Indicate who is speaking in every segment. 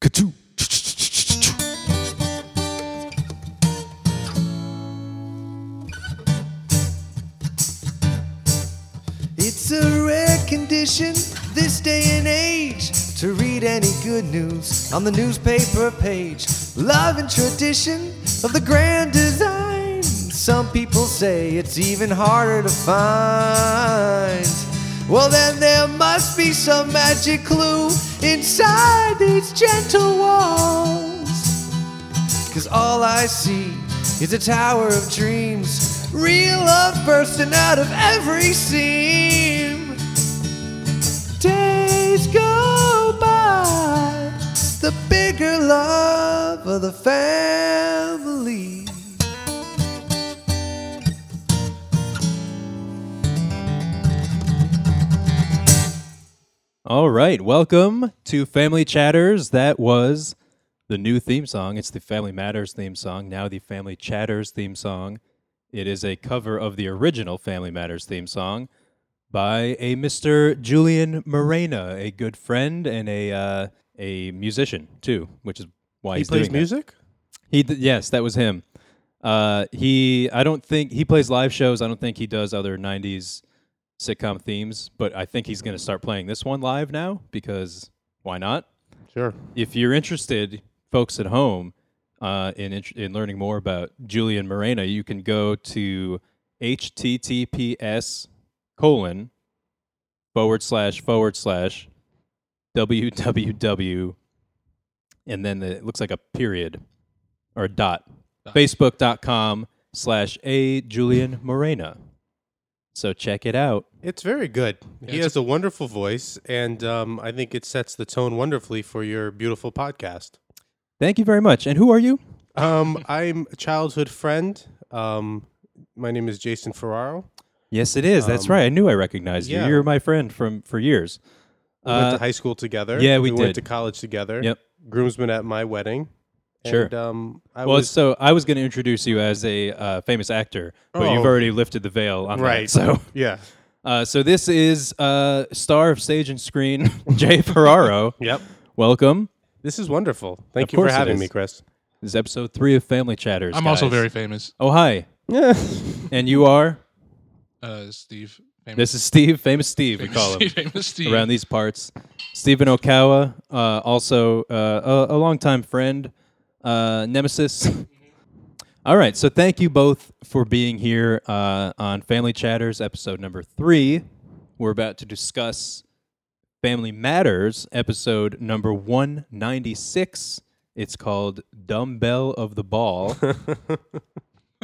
Speaker 1: Ka-choo.
Speaker 2: It's a rare condition this day and age to read any good news on the newspaper page. Love and tradition of the grand design. Some people say it's even harder to find. Well, then there must be some magic clue inside these gentle walls. Cause all I see is a tower of dreams. Real love bursting out of every seam. Days go by, the bigger love of the family.
Speaker 3: All right, welcome to Family Chatters. That was the new theme song. It's the Family Matters theme song, now the Family Chatters theme song. It is a cover of the original Family Matters theme song by a Mr. Julian Morena, a good friend and a uh, a musician too, which is why
Speaker 4: He
Speaker 3: he's
Speaker 4: plays
Speaker 3: doing that.
Speaker 4: music?
Speaker 3: He th- yes, that was him. Uh, he I don't think he plays live shows. I don't think he does other '90s sitcom themes, but I think he's going to start playing this one live now because why not?
Speaker 4: Sure.
Speaker 3: If you're interested, folks at home, uh, in int- in learning more about Julian Morena, you can go to https colon forward slash forward slash www and then the, it looks like a period or a dot. Facebook.com slash a Julian Morena. So check it out.
Speaker 4: It's very good. he
Speaker 5: it's-
Speaker 4: has a wonderful voice, and um, I think it sets the tone wonderfully for your beautiful podcast.
Speaker 3: Thank you very much. And who are you?
Speaker 4: Um, I'm a childhood friend. Um, my name is Jason Ferraro.
Speaker 3: Yes, it is. That's right. I knew I recognized
Speaker 4: yeah.
Speaker 3: you. You were my friend from for years.
Speaker 4: We went
Speaker 3: Uh,
Speaker 4: to high school together.
Speaker 3: yeah, we did.
Speaker 4: went to college together.
Speaker 3: Yep.
Speaker 4: Groomsman at my wedding.
Speaker 3: Sure.
Speaker 4: And, um, I
Speaker 3: well,
Speaker 4: was
Speaker 3: so I was going to introduce you as a uh, famous actor, but you've
Speaker 4: Oh.
Speaker 3: already lifted the veil on
Speaker 4: Right.
Speaker 3: that. So,
Speaker 4: yeah.
Speaker 3: uh, so this is uh, star of stage and screen, Jay Ferraro.
Speaker 4: Yep.
Speaker 3: Welcome.
Speaker 4: This is wonderful. Thank
Speaker 3: Of
Speaker 4: you for
Speaker 3: course it
Speaker 4: having
Speaker 3: is.
Speaker 4: me, Chris.
Speaker 3: This is episode three of Family Chatters.
Speaker 5: I'm also
Speaker 3: guys.
Speaker 5: very famous.
Speaker 3: Oh, hi.
Speaker 4: Yeah.
Speaker 3: And you are?
Speaker 5: Uh, Steve. Famous.
Speaker 3: This is Steve, famous Steve, we call him
Speaker 5: Steve, famous Steve.
Speaker 3: around these parts. Stephen Okawa, uh, also uh, a, a longtime friend, uh, nemesis. All right, so thank you both for being here uh, on Family Chatters, episode number three. We're about to discuss Family Matters, episode number 196. It's called Dumbbell of the Ball.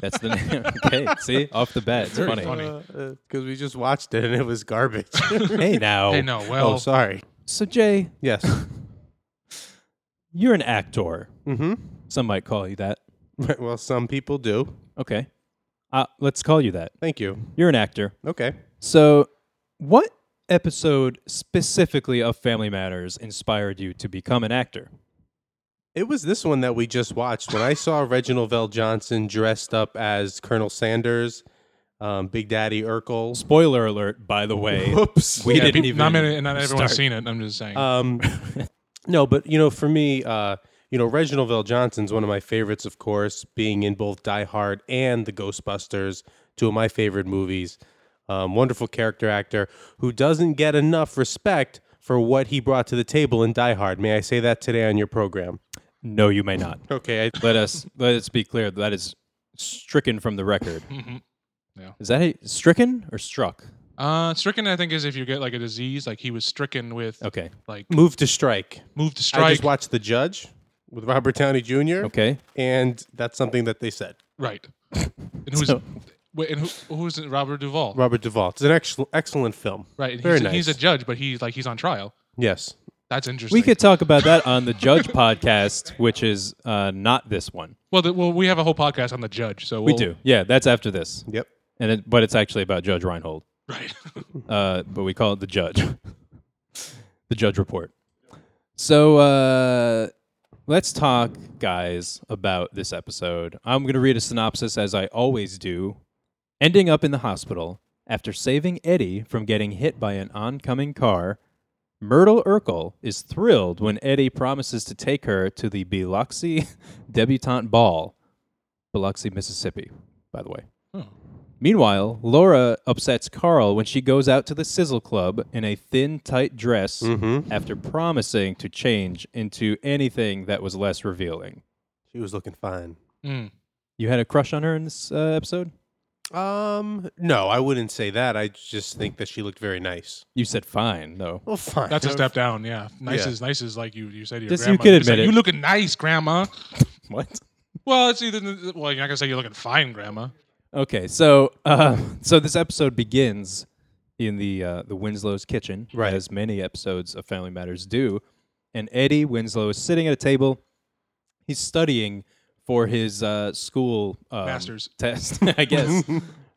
Speaker 3: That's the name. Okay, see? Off the bat. It's
Speaker 5: Very
Speaker 3: funny.
Speaker 5: funny.
Speaker 4: Because uh, we just watched it and it was garbage.
Speaker 3: Hey, now.
Speaker 5: Hey, no. Well,
Speaker 4: oh, sorry.
Speaker 3: So, Jay,
Speaker 4: Yes.
Speaker 3: you're an actor.
Speaker 4: mm-hmm.
Speaker 3: Some might call you that.
Speaker 4: Well, some people do.
Speaker 3: Okay. Uh, let's call you that.
Speaker 4: Thank you.
Speaker 3: You're an actor.
Speaker 4: Okay.
Speaker 3: So, what episode specifically of Family Matters inspired you to become an actor?
Speaker 4: It was this one that we just watched. When I saw Reginald Vell Johnson dressed up as Colonel Sanders, um, Big Daddy Urkel.
Speaker 3: Spoiler alert, by the way.
Speaker 4: Whoops.
Speaker 3: We
Speaker 5: yeah,
Speaker 3: didn't
Speaker 5: peop-
Speaker 3: even.
Speaker 5: Not, many, not
Speaker 3: start.
Speaker 5: everyone's
Speaker 3: Uh,
Speaker 5: seen it. I'm just saying.
Speaker 4: Um, no, but you know, for me, uh, you know, Reginald Vell Johnson's one of my favorites, of course, being in both Die Hard and the Ghostbusters, two of my favorite movies. Um, wonderful character actor who doesn't get enough respect for what he brought to the table in Die Hard. May I say that today on your program?
Speaker 3: No, you may not.
Speaker 4: Okay. I,
Speaker 3: Let us let us be clear. That is stricken from the record.
Speaker 5: Yeah.
Speaker 3: Is that a, stricken or struck?
Speaker 5: uh, stricken, I think, is if you get like a disease, like he was stricken with,
Speaker 3: Okay.
Speaker 5: like,
Speaker 4: move to strike.
Speaker 5: move to
Speaker 4: I
Speaker 5: strike.
Speaker 4: just watched The Judge with Robert Downey Jr.
Speaker 3: Okay.
Speaker 4: And that's something that they said.
Speaker 5: right. And who's.
Speaker 3: So-
Speaker 5: Wait, and who, who's it? Robert Duvall?
Speaker 4: Robert Duvall. It's an ex- excellent film.
Speaker 5: Right, and
Speaker 4: Very
Speaker 5: he's,
Speaker 4: nice.
Speaker 5: he's a judge, but he's like he's on trial.
Speaker 4: yes.
Speaker 5: That's interesting.
Speaker 3: We could talk about that on the Judge podcast, which is uh, not this one.
Speaker 5: well, the, well, we have a whole podcast on the judge, so
Speaker 3: We
Speaker 5: we'll,
Speaker 3: do. Yeah, that's after this.
Speaker 4: Yep.
Speaker 3: And it, but it's actually about Judge Reinhold.
Speaker 5: Right,
Speaker 3: uh, but we call it the judge, the judge report. So uh, let's talk, guys, about this episode. I'm going to read a synopsis as I always do. Ending up in the hospital after saving Eddie from getting hit by an oncoming car, Myrtle Urkel is thrilled when Eddie promises to take her to the Biloxi debutante ball, Biloxi, Mississippi, by the way. Meanwhile, Laura upsets Carl when she goes out to the Sizzle Club in a thin, tight dress
Speaker 4: Mm-hmm.
Speaker 3: after promising to change into anything that was less revealing.
Speaker 4: She was looking fine.
Speaker 5: Mm.
Speaker 3: You had a crush on her in this uh, episode?
Speaker 4: Um, no, I wouldn't say that. I just think that she looked very nice.
Speaker 3: You said fine, though.
Speaker 4: Well, fine.
Speaker 5: That's a step down. Yeah, nice
Speaker 4: Yeah.
Speaker 5: is nice is like you you said. to Your
Speaker 3: This you
Speaker 5: grandma.
Speaker 3: can
Speaker 5: It's like,
Speaker 3: admit it.
Speaker 5: You looking nice, grandma.
Speaker 3: What?
Speaker 5: Well, it's either well you're not gonna say you're looking fine, grandma.
Speaker 3: Okay, so uh, so this episode begins in the uh, the Winslow's kitchen,
Speaker 4: Right.
Speaker 3: as many episodes of Family Matters do, and Eddie Winslow is sitting at a table. He's studying for his uh, school um,
Speaker 5: Masters.
Speaker 3: test, I guess.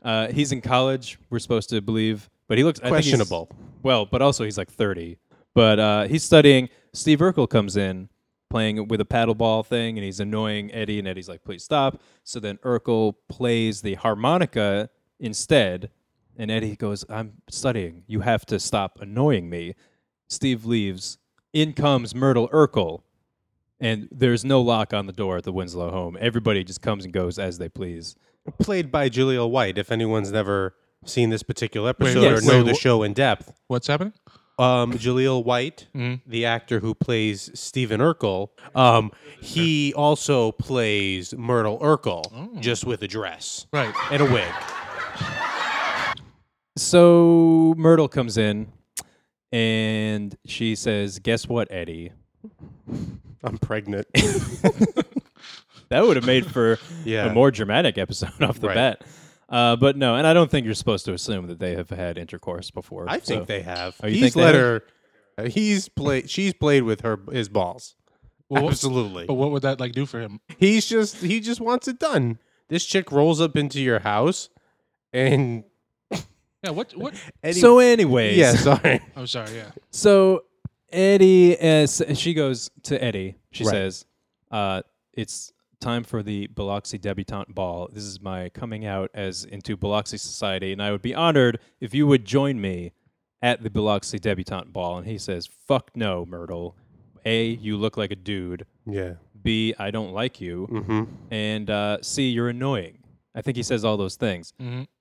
Speaker 3: uh, he's in college. We're supposed to believe, but he looks I think he's-
Speaker 4: Questionable.
Speaker 3: well, but also he's like 30. But uh, he's studying. Steve Urkel comes in playing with a paddle ball thing, and he's annoying Eddie, and Eddie's like, please stop. So then Urkel plays the harmonica instead, and Eddie goes, I'm studying. You have to stop annoying me. Steve leaves. In comes Myrtle Urkel, and there's no lock on the door at the Winslow home. Everybody just comes and goes as they please.
Speaker 4: Played by Julia White. If anyone's never seen this particular
Speaker 5: Wait,
Speaker 4: episode
Speaker 3: yes.
Speaker 4: or know
Speaker 5: wait,
Speaker 4: the
Speaker 5: wh-
Speaker 4: show in depth,
Speaker 5: What's happening?
Speaker 4: um, Jaleel White,
Speaker 3: Mm-hmm.
Speaker 4: the actor who plays Stephen Urkel, um, he also plays Myrtle Urkel,
Speaker 3: Mm.
Speaker 4: just with a dress
Speaker 5: Right.
Speaker 4: and a wig.
Speaker 3: So Myrtle comes in and she says, Guess what, Eddie?
Speaker 4: I'm pregnant.
Speaker 3: That would have made for
Speaker 4: Yeah.
Speaker 3: a more dramatic episode off the
Speaker 4: Right.
Speaker 3: bat. Uh, but no, and I don't think you're supposed to assume that they have had intercourse before.
Speaker 4: I think
Speaker 3: so-
Speaker 4: they have.
Speaker 3: Oh, you
Speaker 4: he's
Speaker 3: think they
Speaker 4: let
Speaker 3: have?
Speaker 4: her. uh, He's played. She's played with her his balls.
Speaker 5: Well, what-
Speaker 4: Absolutely.
Speaker 3: Oh.
Speaker 5: But what would that like do for him?
Speaker 4: He's just he just wants it done. This chick rolls up into your house, and
Speaker 5: Yeah. What? What?
Speaker 4: Eddie,
Speaker 3: So, anyways,
Speaker 4: yeah, sorry.
Speaker 5: I'm sorry. Yeah.
Speaker 3: So Eddie, is, she goes to Eddie. She
Speaker 4: Right.
Speaker 3: says, uh, "It's time for the Biloxi debutante ball. This is my coming out as into Biloxi society, and I would be honored if you would join me at the Biloxi debutante ball." And he says, "Fuck no, Myrtle. A, you look like a dude.
Speaker 4: Yeah. Mm-hmm.
Speaker 3: B, I don't like you. And uh, C, you're annoying." I think he says all those things,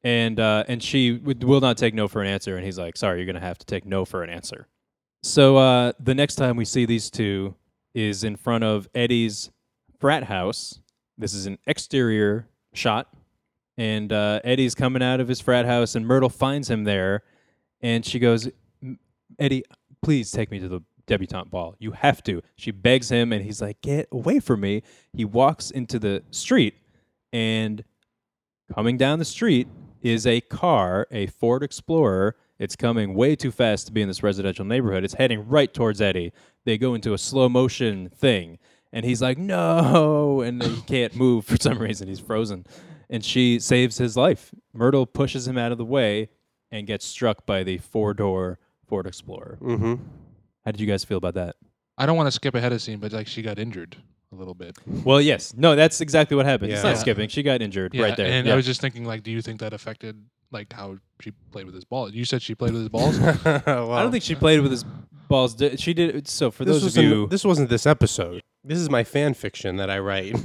Speaker 3: and uh, and she would, will not take no for an answer. And he's like, "Sorry, you're gonna have to take no for an answer." So uh, the next time we see these two is in front of Eddie's frat house. This is an exterior shot, and uh, Eddie's coming out of his frat house, and Myrtle finds him there, and she goes, "M- "Eddie, please take me to the debutante ball. You have to." She begs him, and he's like, "Get away from me!" He walks into the street, and Coming down the street is a car, a Ford Explorer. It's coming way too fast to be in this residential neighborhood. It's heading right towards Eddie. They go into a slow motion thing, and he's like, no, and he can't move for some reason. He's frozen. And she saves his life. Myrtle pushes him out of the way and gets struck by the four door Ford Explorer. Mm-hmm. How did you guys feel about that?
Speaker 5: I don't want to skip ahead of scene, but like she got injured a little bit.
Speaker 3: Well, yes. No, that's exactly what happened. It's
Speaker 4: Yeah.
Speaker 3: not skipping. She got injured
Speaker 5: Yeah,
Speaker 3: right there.
Speaker 5: And
Speaker 3: Yeah.
Speaker 5: I was just thinking, like, do you think that affected like how she played with his ball? You said she played with his balls.
Speaker 3: I don't think she played with his balls. Di- She did. So for
Speaker 4: this
Speaker 3: those of
Speaker 4: wasn't,
Speaker 3: you,
Speaker 4: this wasn't this episode. This is my fan fiction that I write.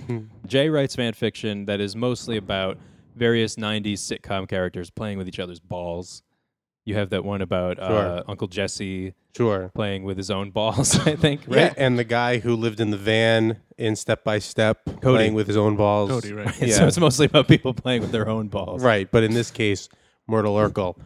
Speaker 3: Jay writes fan fiction that is mostly about various '90s sitcom characters playing with each other's balls. You have that one about uh,
Speaker 4: Sure.
Speaker 3: Uncle Jesse
Speaker 4: sure.
Speaker 3: playing with his own balls. I think, right?
Speaker 4: Yeah, and the guy who lived in the van in Step by Step, playing with his own balls.
Speaker 5: Cody, right?
Speaker 3: And So
Speaker 4: yeah.
Speaker 3: it's mostly about people playing with their own balls.
Speaker 4: Right, but in this case, Myrtle Urkel.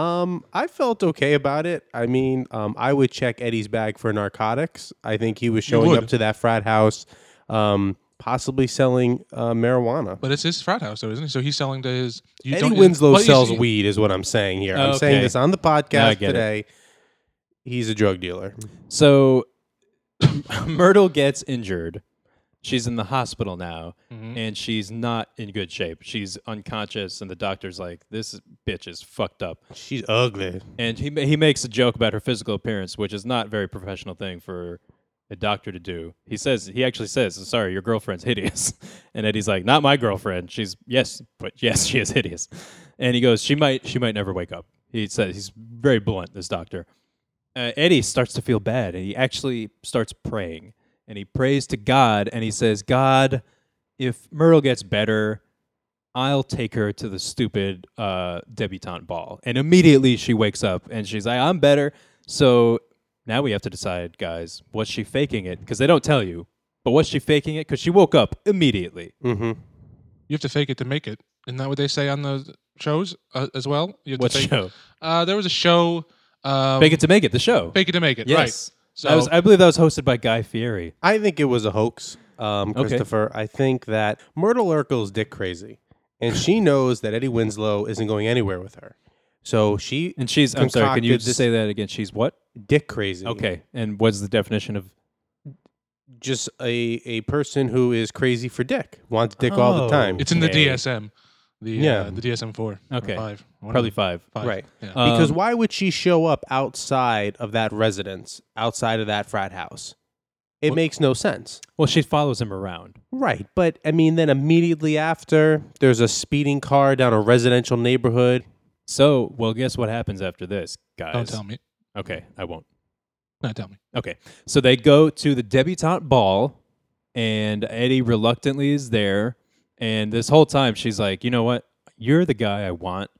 Speaker 4: Um, I felt okay about it. I mean, um, I would check Eddie's bag for narcotics. I think he was showing
Speaker 5: would.
Speaker 4: up to that frat house, um, possibly selling uh, marijuana.
Speaker 5: But it's his frat house, though, isn't it? So he's selling to his. You
Speaker 4: Eddie
Speaker 5: don't-
Speaker 4: Winslow
Speaker 5: but you-
Speaker 4: sells
Speaker 5: you-
Speaker 4: weed, is what I'm saying here. I'm
Speaker 3: Okay.
Speaker 4: saying this on the
Speaker 3: Now I
Speaker 4: podcast
Speaker 3: get it.
Speaker 4: today. He's a drug dealer.
Speaker 3: So Myrtle gets injured. She's in the hospital now, and she's not in good shape. She's unconscious, and the doctor's like, "This bitch is fucked up."
Speaker 4: She's ugly.
Speaker 3: and he ma- he makes a joke about her physical appearance, which is not a very professional thing for a doctor to do. He says he actually says, "Sorry, your girlfriend's hideous," and Eddie's like, "Not my girlfriend. She's yes, but yes, she is hideous." And he goes, "She might she might never wake up." He says he's very blunt. This doctor, uh, Eddie starts to feel bad, and he actually starts praying, and he prays to God, and he says, "God, if Myrtle gets better, I'll take her to the stupid uh, debutante ball." And immediately she wakes up, and she's like, "I'm better." So now we have to decide, guys, was she faking it? Because they don't tell you, but was she faking it? Because she woke up immediately.
Speaker 4: Mm-hmm.
Speaker 5: You have to fake it to make it. Isn't that what they say on the shows uh, as well? You have
Speaker 3: What
Speaker 5: to fake,
Speaker 3: show?
Speaker 5: Uh, there was a show. Um,
Speaker 3: Fake it to make it. The show.
Speaker 5: Fake it to make it.
Speaker 3: yes.
Speaker 5: So-
Speaker 3: That was- I believe that was hosted by Guy Fieri.
Speaker 4: I think it was a hoax, um, Christopher. I think that Myrtle Urkel's dick crazy, and she knows that Eddie Winslow isn't going anywhere with her. So she
Speaker 3: And she's. I'm sorry. Can you
Speaker 4: concocted
Speaker 3: just
Speaker 4: this
Speaker 3: say that again? She's what?
Speaker 4: dick crazy?
Speaker 3: Okay. And what's the definition of?
Speaker 4: just a a person who is crazy for dick, wants dick all the
Speaker 3: Oh.
Speaker 4: time.
Speaker 5: Right. It's in the
Speaker 4: Okay.
Speaker 5: DSM. The
Speaker 4: Yeah.
Speaker 5: uh, the DSM four. or
Speaker 3: Okay.
Speaker 5: Five. One of
Speaker 3: Probably
Speaker 5: them.
Speaker 3: five.
Speaker 5: five.
Speaker 4: Right.
Speaker 5: Yeah.
Speaker 3: Uh,
Speaker 4: Because
Speaker 3: Um,
Speaker 4: why would she show up outside of that residence, outside of that frat house? It makes no sense.
Speaker 3: Well, she follows him around.
Speaker 4: Right. But I mean, then immediately after, there's a speeding car down a residential neighborhood.
Speaker 3: So, well, guess what happens after this, guys?
Speaker 5: Don't tell me.
Speaker 3: Okay, I won't.
Speaker 5: No, tell me.
Speaker 3: Okay. So they go to the debutante ball, and Eddie reluctantly is there. And this whole time, she's like, you know what? You're the guy I want,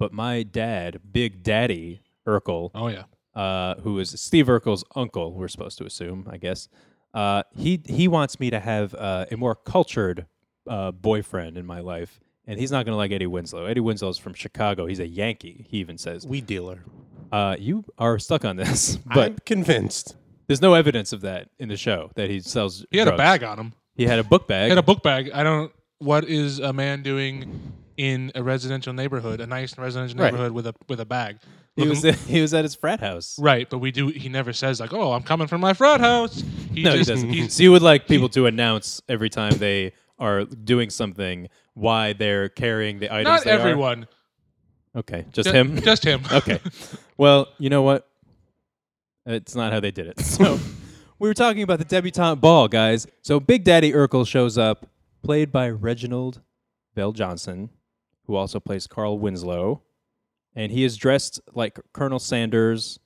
Speaker 3: but my dad, Big Daddy Urkel,
Speaker 5: Oh yeah.
Speaker 3: uh, who is Steve Urkel's uncle, we're supposed to assume, I guess. Uh, he he wants me to have uh, a more cultured uh, boyfriend in my life, and he's not going to like Eddie Winslow. Eddie Winslow's from Chicago. He's a Yankee. He even says,
Speaker 4: We dealer.
Speaker 3: uh, "You are stuck on this," but
Speaker 4: I'm convinced.
Speaker 3: there's no evidence of that in the show that he sells.
Speaker 5: He had a
Speaker 3: drugs.
Speaker 5: bag on him.
Speaker 3: He had a book bag.
Speaker 5: He had a book bag. I don't. What is a man doing in a residential neighborhood? A nice residential
Speaker 4: Right.
Speaker 5: neighborhood with a with a bag.
Speaker 3: he
Speaker 5: Looking-
Speaker 3: was he was at his frat house.
Speaker 5: right, but we do. He never says like, "Oh, I'm coming from my frat house." He
Speaker 3: No, he
Speaker 5: just-
Speaker 3: doesn't.
Speaker 5: he's-
Speaker 3: so you would like people to announce every time they are doing something why they're carrying the items.
Speaker 5: not
Speaker 3: they are?
Speaker 5: everyone.
Speaker 3: Okay, just
Speaker 5: Ju-
Speaker 3: him.
Speaker 5: Just him.
Speaker 3: okay. Well, you know what? It's not how they did it. So we were talking about the debutante ball, guys. So Big Daddy Urkel shows up, played by Reginald Bell Johnson, who also plays Carl Winslow, and he is dressed like Colonel Sanders.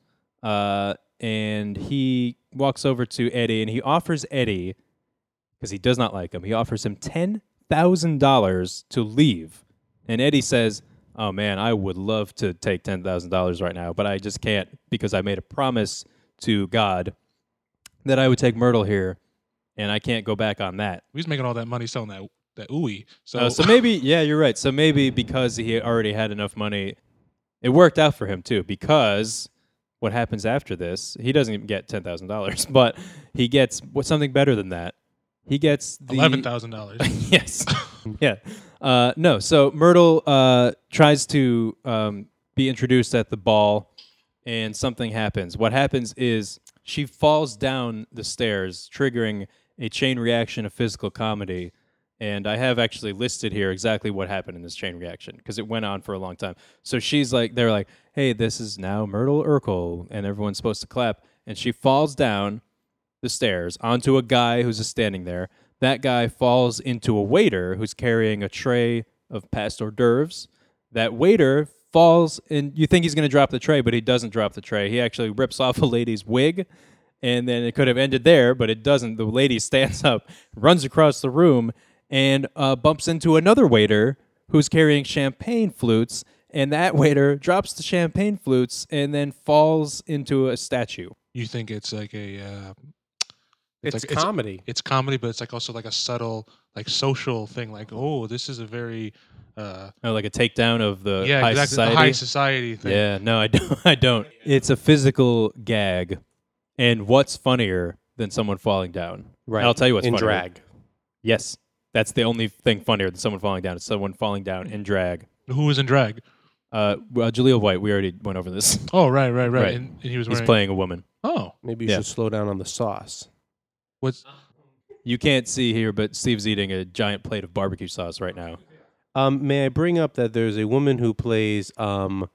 Speaker 3: Uh, and he walks over to Eddie, and he offers Eddie because he does not like him. He offers him ten thousand dollars to leave, and Eddie says, "Oh man, I would love to take ten thousand dollars right now, but I just can't because I made a promise to God that I would take Myrtle here, and I can't go back on that."
Speaker 5: He was making all that money selling that that ooey. So,
Speaker 3: Uh, so maybe, yeah, you're right. So maybe because he already had enough money, it worked out for him too. Because what happens after this, he doesn't even get ten thousand dollars, but he gets what something better than that. He gets the
Speaker 5: eleven thousand dollars.
Speaker 3: yes. yeah. Uh, no. So Myrtle uh, tries to um, be introduced at the ball, and something happens. What happens is she falls down the stairs, triggering a chain reaction of physical comedy. And I have actually listed here exactly what happened in this chain reaction because it went on for a long time. So she's like, they're like, hey, this is now Myrtle Urkel, and everyone's supposed to clap. And she falls down the stairs onto a guy who's just standing there. That guy falls into a waiter who's carrying a tray of past hors d'oeuvres. That waiter falls, and you think he's going to drop the tray, but he doesn't drop the tray. He actually rips off a lady's wig, and then it could have ended there, but it doesn't. The lady stands up, runs across the room, and uh, bumps into another waiter who's carrying champagne flutes. And that waiter drops the champagne flutes and then falls into a statue.
Speaker 5: you think it's like a uh,
Speaker 4: It's,
Speaker 5: like- it's-
Speaker 4: comedy.
Speaker 5: it's comedy, but it's like also like a subtle like social thing. Like, oh, this is a very uh,
Speaker 3: Oh, like a takedown of the
Speaker 5: yeah,
Speaker 3: high
Speaker 5: exactly
Speaker 3: society.
Speaker 5: the high society thing.
Speaker 3: yeah, no, I don't. I don't. It's a physical gag, and what's funnier than someone falling down?
Speaker 4: right.
Speaker 3: I'll tell you what's
Speaker 4: in
Speaker 3: funnier.
Speaker 4: drag.
Speaker 3: Yes, that's the only thing funnier than someone falling down. Is someone falling down in drag.
Speaker 5: Who was in drag?
Speaker 3: Uh, well, Jaleel White. We already went over this.
Speaker 5: Oh, right, right, right.
Speaker 3: Right.
Speaker 5: And, and he was
Speaker 3: He's
Speaker 5: wearing.
Speaker 3: playing a woman.
Speaker 5: Oh,
Speaker 4: Maybe you
Speaker 3: Yeah.
Speaker 4: should slow down on the sauce.
Speaker 5: what's
Speaker 3: You can't see here, but Steve's eating a giant plate of barbecue sauce right now.
Speaker 4: Um, may I bring up that there's a woman who plays um,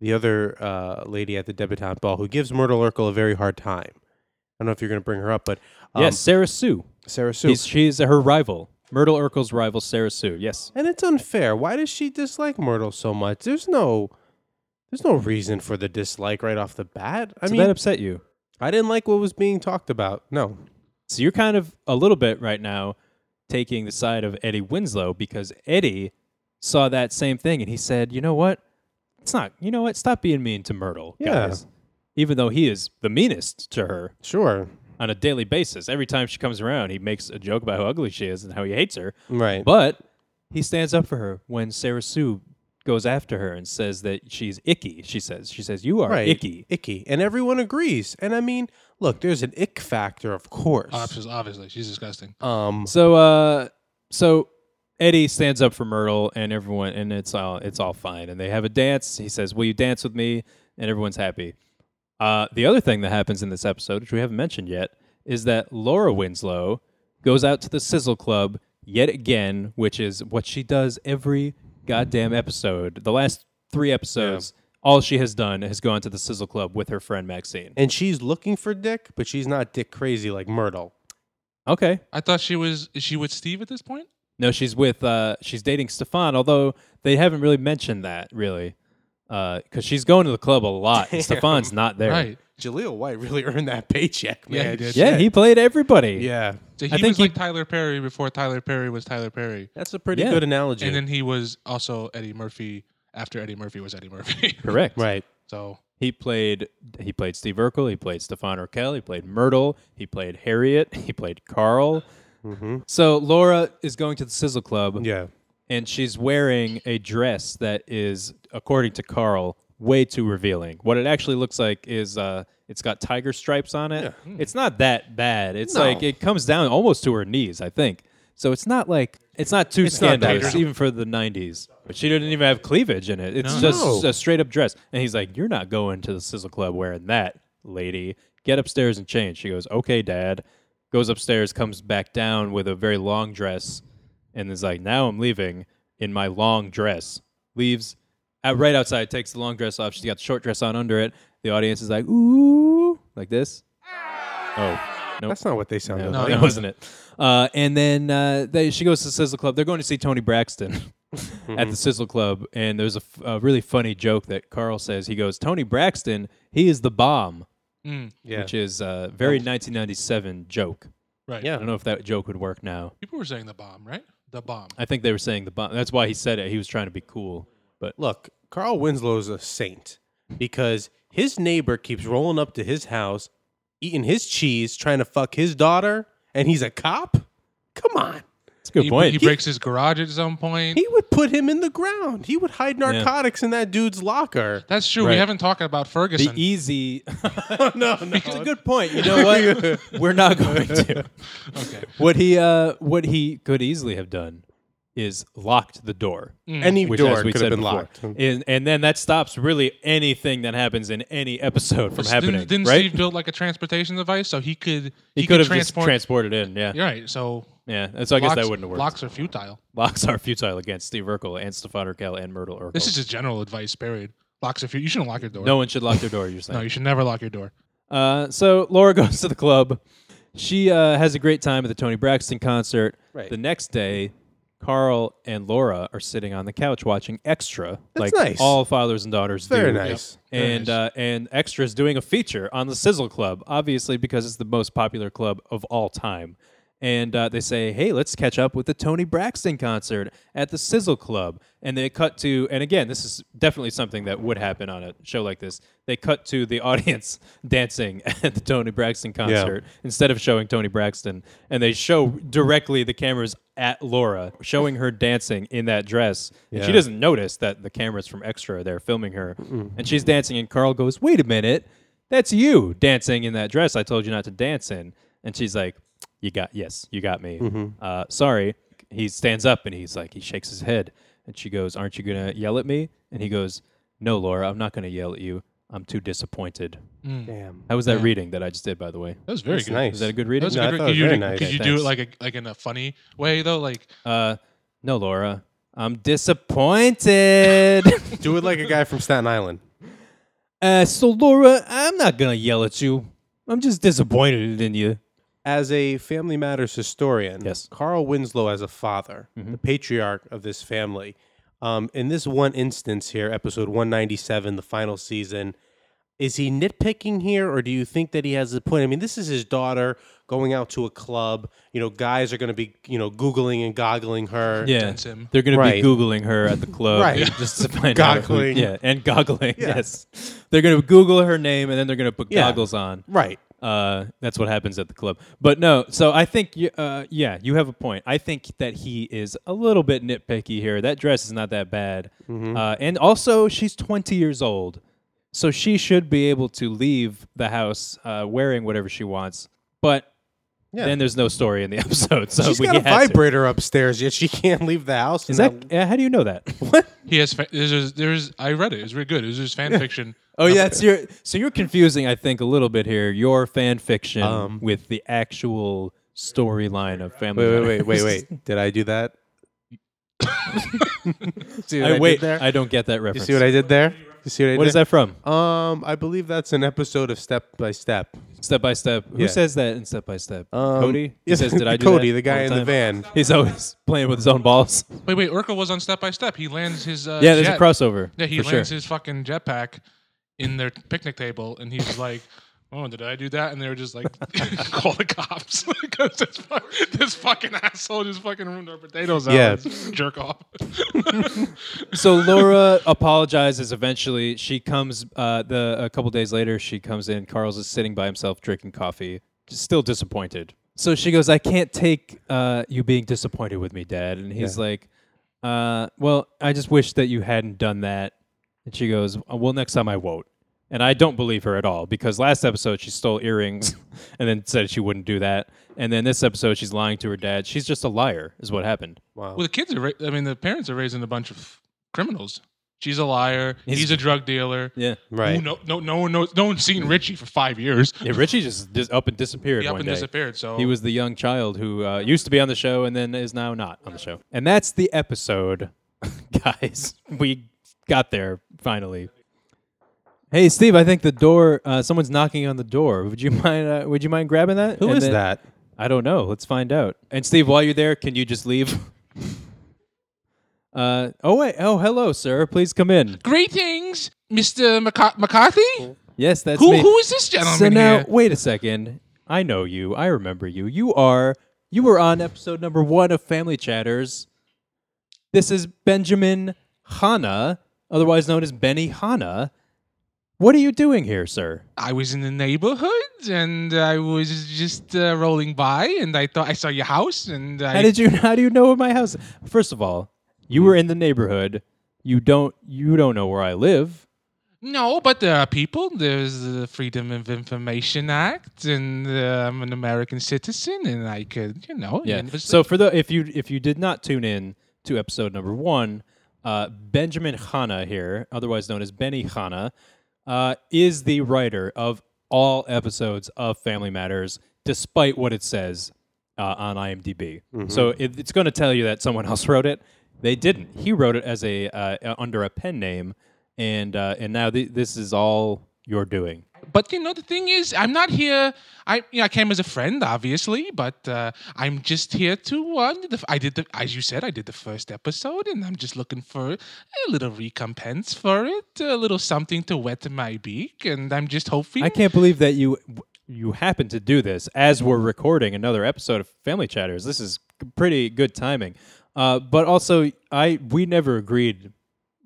Speaker 4: the other uh, lady at the debutante ball who gives Myrtle Urkel a very hard time. I don't know if you're going to bring her up, but um,
Speaker 3: yes, Sarah Sue.
Speaker 4: Sarah Sue.
Speaker 3: He's, she's her rival, Myrtle Urkel's rival, Sarah Sue. Yes.
Speaker 4: And it's unfair. Why does she dislike Myrtle so much? There's no There's no reason for the dislike right off the bat. I
Speaker 3: so
Speaker 4: mean,
Speaker 3: that upset you.
Speaker 4: I didn't like what was being talked about. No,
Speaker 3: So you're kind of a little bit right now taking the side of Eddie Winslow because Eddie saw that same thing and he said, "You know what? It's not. You know what? Stop being mean to Myrtle,
Speaker 4: Yeah.
Speaker 3: guys." Even though he is the meanest to her
Speaker 4: sure,
Speaker 3: on a daily basis, every time she comes around, he makes a joke about how ugly she is and how he hates her.
Speaker 4: right,
Speaker 3: But he stands up for her when Sarah Sue goes after her and says that she's icky. She says, "She says you are
Speaker 4: right,
Speaker 3: icky."
Speaker 4: icky, and everyone agrees. And I mean, look, there's an ick factor, of course.
Speaker 5: Obviously, obviously, she's disgusting.
Speaker 4: Um,
Speaker 3: So uh so Eddie stands up for Myrtle and everyone and it's all it's all fine and they have a dance. He says, "Will you dance with me?" and everyone's happy. Uh the other thing that happens in this episode, which we haven't mentioned yet, is that Laura Winslow goes out to the Sizzle Club yet again, which is what she does every goddamn episode. The last 3 episodes All she has done has gone to the Sizzle Club with her friend Maxine.
Speaker 4: and she's looking for Dick, but she's not Dick crazy like Myrtle.
Speaker 3: Okay.
Speaker 5: I thought she was. Is she with Steve at this point?
Speaker 3: No, she's with uh she's dating Stefan, although they haven't really mentioned that really. Uh, cuz she's going to the club a lot. and Stefan's not there.
Speaker 5: Right.
Speaker 4: Jaleel White really earned that paycheck, man.
Speaker 5: Yeah, he did.
Speaker 3: Yeah, he played everybody.
Speaker 4: yeah.
Speaker 5: So he
Speaker 3: I think
Speaker 5: was
Speaker 3: he-
Speaker 5: like Tyler Perry before Tyler Perry was Tyler Perry,
Speaker 4: That's a pretty
Speaker 3: Yeah.
Speaker 4: good analogy.
Speaker 5: and then he was also Eddie Murphy after Eddie Murphy was Eddie Murphy.
Speaker 3: Correct.
Speaker 4: right.
Speaker 5: so
Speaker 3: He played he played Steve Urkel, he played Stefan Urkel, he played Myrtle, he played Harriet, he played Carl. So Laura is going to the Sizzle Club
Speaker 4: Mm-hmm. Yeah.
Speaker 3: and she's wearing a dress that is, according to Carl, way too revealing. What it actually looks like is uh, it's got tiger stripes on it. It's not that bad. It's
Speaker 4: No.
Speaker 3: like it comes down almost to her knees, I think. So it's not like it's not too
Speaker 4: not
Speaker 3: scandalous,
Speaker 4: tiger.
Speaker 3: even for the '90s. But she didn't even have cleavage in it. It's just
Speaker 4: No.
Speaker 3: a straight up dress. And he's like, "You're not going to the sizzle club wearing that, lady. Get upstairs and change." She goes, "Okay, dad." Goes upstairs, comes back down with a very long dress, and is like, "Now I'm leaving in my long dress." Leaves out right outside, takes the long dress off. She's got the short dress on under it. The audience is like, "Ooh," like this. Oh, no,
Speaker 4: That's not what they sounded
Speaker 3: no,
Speaker 4: like.
Speaker 3: that wasn't it. Uh, and then uh, they, she goes to Sizzle Club. They're going to see Tony Braxton at the Sizzle Club, and there's a, f- a really funny joke that Carl says. He goes, "Tony Braxton, he is the bomb,"
Speaker 4: Yeah.
Speaker 3: which is a very 1997 joke.
Speaker 5: right.
Speaker 4: Yeah.
Speaker 3: I don't know if that joke would work now.
Speaker 5: People were saying the bomb, right? The bomb.
Speaker 3: I think they were saying the bomb. That's why he said it. He was trying to be cool. But
Speaker 4: Look, Carl Winslow's a saint because his neighbor keeps rolling up to his house, eating his cheese, trying to fuck his daughter, and he's a cop? Come on.
Speaker 3: it's a good
Speaker 5: He,
Speaker 3: point.
Speaker 5: he breaks his garage at some point.
Speaker 4: He would put him in the ground. He would hide narcotics in that dude's locker.
Speaker 5: That's true.
Speaker 3: Right.
Speaker 5: We haven't talked about
Speaker 3: the
Speaker 5: Ferguson.
Speaker 3: easy.
Speaker 4: no, no.
Speaker 3: It's a good point. You know what? We're not going to.
Speaker 5: okay.
Speaker 3: What he uh, what he could easily have done is locked the door.
Speaker 4: Any
Speaker 3: which,
Speaker 4: door
Speaker 3: as we
Speaker 4: could
Speaker 3: said
Speaker 4: have been
Speaker 3: before,
Speaker 4: locked.
Speaker 3: And, and then that stops really anything that happens in any episode from
Speaker 5: But
Speaker 3: happening,
Speaker 5: Didn't, didn't
Speaker 3: right?
Speaker 5: Steve build like a transportation device so he could
Speaker 3: he, could have
Speaker 5: transport?
Speaker 3: just transported in, yeah, yeah.
Speaker 5: You're right. So
Speaker 3: So I guess that
Speaker 5: locks-
Speaker 3: wouldn't work. Locks.
Speaker 5: Locks are futile.
Speaker 3: are futile against Steve Urkel and Stefan Urkel and Myrtle Urkel.
Speaker 5: This is just general advice. Period. Locks are futile. You shouldn't lock your door.
Speaker 3: Oh. no one should lock their door. You're
Speaker 5: no,
Speaker 3: saying?
Speaker 5: you should never lock your door.
Speaker 3: Uh, so Laura goes to the club. She uh, has a great time at the Tony Braxton concert.
Speaker 4: Right.
Speaker 3: The next day, Carl and Laura are sitting on the couch watching Extra,
Speaker 4: That's
Speaker 3: like
Speaker 4: nice.
Speaker 3: all fathers and daughters
Speaker 4: Very
Speaker 3: do.
Speaker 4: nice.
Speaker 3: and uh, and extras doing a feature on the Sizzle Club, obviously because it's the most popular club of all time. And uh, they say, "Hey, let's catch up with the Tony Braxton concert at the Sizzle Club." And they cut to, and again, this is definitely something that would happen on a show like this. They cut to the audience dancing at the Tony Braxton concert instead of showing Tony Braxton, and they show directly the cameras at Laura, showing her dancing in that dress. And she doesn't
Speaker 4: Yeah.
Speaker 3: doesn't notice that the cameras from Extra are there filming her, and she's dancing. And Carl goes, "Wait a minute, that's you dancing in that dress I told you not to dance in." And she's like, "You got yes, you got me. Uh, sorry." He stands up and he's like, he shakes his head, and she goes, "Aren't you gonna yell at me?" And he goes, "No, Laura, I'm not gonna yell at you. I'm too disappointed."
Speaker 4: Damn.
Speaker 3: How was that reading that I just did, by the way?
Speaker 5: That was very
Speaker 4: That's
Speaker 5: good.
Speaker 4: nice.
Speaker 3: Is that a good reading?
Speaker 5: That was
Speaker 4: No, I
Speaker 5: good.
Speaker 4: thought
Speaker 5: Could
Speaker 4: it was
Speaker 5: you,
Speaker 4: very
Speaker 5: do-
Speaker 4: nice.
Speaker 5: could you
Speaker 3: Okay,
Speaker 5: do
Speaker 3: thanks.
Speaker 5: it like a, like in a funny way though? Like
Speaker 3: Uh, no, Laura, I'm disappointed.
Speaker 4: Do it like a guy from Staten Island.
Speaker 3: Uh, so Laura, I'm not gonna yell at you. I'm just disappointed in you.
Speaker 4: As a Family Matters historian,
Speaker 3: Yes.
Speaker 4: Mm-hmm. Carl Winslow, as a father, the patriarch of this family, Um, in this one instance here, episode 197, the final season, is he nitpicking here or do you think that he has a point? I mean, this is his daughter going out to a club. You know, guys are going to be, you know, Googling and goggling her.
Speaker 3: Yeah,
Speaker 5: Dense him.
Speaker 3: they're going
Speaker 4: Right.
Speaker 3: to be googling her at the club,
Speaker 4: Right.
Speaker 3: Just to find out who-
Speaker 4: Goggling.
Speaker 3: yeah, and goggling. Yes, they're going to Google her name, and then they're going to put
Speaker 4: Yeah.
Speaker 3: goggles on.
Speaker 4: Right.
Speaker 3: Uh, that's what happens at the club. But no, so I think, you, uh, yeah, you have a point. I think that he is a little bit nitpicky here. That dress is not that bad,
Speaker 4: Mm-hmm.
Speaker 3: uh, and also she's twenty years old, so she should be able to leave the house uh, wearing whatever she wants. But
Speaker 4: Yeah.
Speaker 3: then there's no story in the episode, so
Speaker 4: She's
Speaker 3: we
Speaker 4: got a
Speaker 3: had to.
Speaker 4: vibrator upstairs, yet she can't leave the house.
Speaker 3: Is
Speaker 4: and
Speaker 3: that uh, how do you know that?
Speaker 5: He has. Fa- there's, there's, there's. I read it. It was really good. It was just fan fiction.
Speaker 3: Oh yeah, it's your so you're confusing I think a little bit here your fan fiction
Speaker 4: Um.
Speaker 3: with the actual storyline of Family
Speaker 4: Wait,
Speaker 3: Matters.
Speaker 4: wait, wait, wait, wait. Did I do that? see what
Speaker 3: I, wait,
Speaker 4: did there?
Speaker 3: I don't get that
Speaker 4: you
Speaker 3: reference.
Speaker 4: see what I did there? You see what I
Speaker 3: what
Speaker 4: did?
Speaker 3: is that from?
Speaker 4: Um, I believe that's an episode of Step by Step.
Speaker 3: Step by step. Who
Speaker 4: Yeah.
Speaker 3: says that in Step by Step?
Speaker 4: Um,
Speaker 3: Cody. He
Speaker 4: yeah,
Speaker 3: says, "Did I do
Speaker 4: Cody,
Speaker 3: that
Speaker 4: the guy
Speaker 3: all
Speaker 4: in the
Speaker 3: time?"
Speaker 4: van.
Speaker 3: He's always playing with his own balls.
Speaker 5: Wait, wait. Urkel was on Step by Step. He lands his. Uh,
Speaker 3: Yeah, there's
Speaker 5: jet-
Speaker 3: a crossover.
Speaker 5: Yeah, he
Speaker 3: for
Speaker 5: lands
Speaker 3: sure.
Speaker 5: his fucking jetpack in their picnic table, and he's like, "Oh, did I do that?" And they were just like, "Call the cops!" Because this, fu- this fucking asshole just fucking ruined our potatoes out.
Speaker 4: Yeah.
Speaker 5: jerk off.
Speaker 3: so Laura apologizes eventually. She comes uh, the a couple days later. She comes in. Carl's is sitting by himself drinking coffee, just still disappointed. So she goes, "I can't take uh, you being disappointed with me, Dad." And he's like, uh, "Well, I just wish that you hadn't done that." And she goes, "Uh, "Well, next time I won't." And I don't believe her at all because last episode she stole earrings and then said she wouldn't do that. And then this episode she's lying to her dad. She's just a liar, is what happened.
Speaker 5: Well, the kids are. Ra- I mean, the parents are raising a bunch of criminals. She's a liar. He's, a drug dealer.
Speaker 3: Yeah.
Speaker 5: Who
Speaker 4: Right.
Speaker 5: no, no, no one knows. No one's seen Richie for five years.
Speaker 3: Yeah, Richie just dis- up and disappeared.
Speaker 5: He up
Speaker 3: one
Speaker 5: and
Speaker 3: day.
Speaker 5: disappeared. So
Speaker 3: He was the young child who uh, used to be on the show and then is now not on the show. And that's the episode, guys. We got there finally. Hey, Steve, I think the door. Uh, someone's knocking on the door. Would you mind? Uh, would you mind grabbing that?
Speaker 4: Who
Speaker 3: And
Speaker 4: is
Speaker 3: then-
Speaker 4: that?
Speaker 3: I don't know. Let's find out. And Steve, while you're there, can you just leave? Uh, oh wait. Oh, hello, sir. Please come in.
Speaker 5: greetings, Mr. Maca- McCarthy.
Speaker 3: Yes, that's
Speaker 5: Who
Speaker 3: me.
Speaker 5: who is this gentleman
Speaker 3: so now,
Speaker 5: here?
Speaker 3: wait a second. I know you. I remember you. You are. You were on episode number one of Family Chatters. This is Benjamin Hanna, otherwise known as Benny Hanna. What are you doing here, sir?
Speaker 5: I was in the neighborhood and I was just uh, rolling by and I thought I saw your house and I
Speaker 3: How did you? How do you know of my house? First of all, you were in the neighborhood. You don't. You don't know where I live.
Speaker 5: no, but there are people. There's the Freedom of Information Act and uh, I'm an American citizen and I could, you know,
Speaker 3: Yeah.
Speaker 5: and it was-
Speaker 3: So for the if you if you did not tune in to episode number one, uh, Benjamin Hanna here, otherwise known as Benny Hanna, uh, is the writer of all episodes of Family Matters, despite what it says uh, on IMDb. So it, it's going to tell you that someone else wrote it. They didn't. He wrote it as a uh, uh, under a pen name, and uh, and now th- this is all your doing.
Speaker 5: but you know the thing is I'm not here. I you know, I came as a friend, obviously, but uh, I'm just here to uh, the, I did the as you said I did the first episode, and I'm just looking for a little recompense for it, a little something to wet my beak, and I'm just hoping.
Speaker 3: I can't believe that you you happen to do this as we're recording another episode of Family Chatters. This is pretty good timing. Uh, but also, I we never agreed.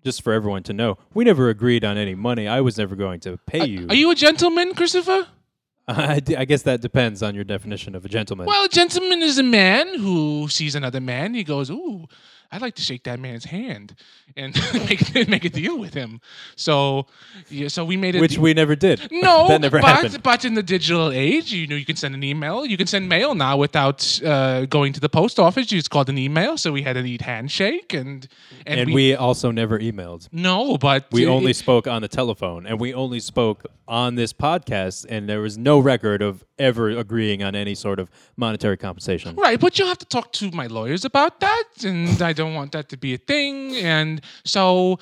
Speaker 3: Just for everyone to know, we never agreed on any money. I was never going to pay you.
Speaker 5: Are you a gentleman, Christopher?
Speaker 3: I, d- I guess that depends on your definition of a gentleman.
Speaker 5: Well, a gentleman is a man who sees another man. He goes, "Ooh, I'd like to shake that man's hand and make make a deal with him." So, yeah, so we made it.
Speaker 3: which we never did.
Speaker 5: No,
Speaker 3: that never
Speaker 5: but
Speaker 3: happened.
Speaker 5: but in the digital age, you know, you can send an email. You can send mail now without uh, going to the post office. You just called an email, so we had an eat handshake, and and,
Speaker 3: And we also never emailed.
Speaker 5: no, but
Speaker 3: We
Speaker 5: it-
Speaker 3: only
Speaker 5: it-
Speaker 3: spoke on the telephone, and we only spoke on this podcast, and there was no record of ever agreeing on any sort of monetary compensation.
Speaker 5: right, but you'll have to talk to my lawyers about that, and I don't want that to be a thing, and so.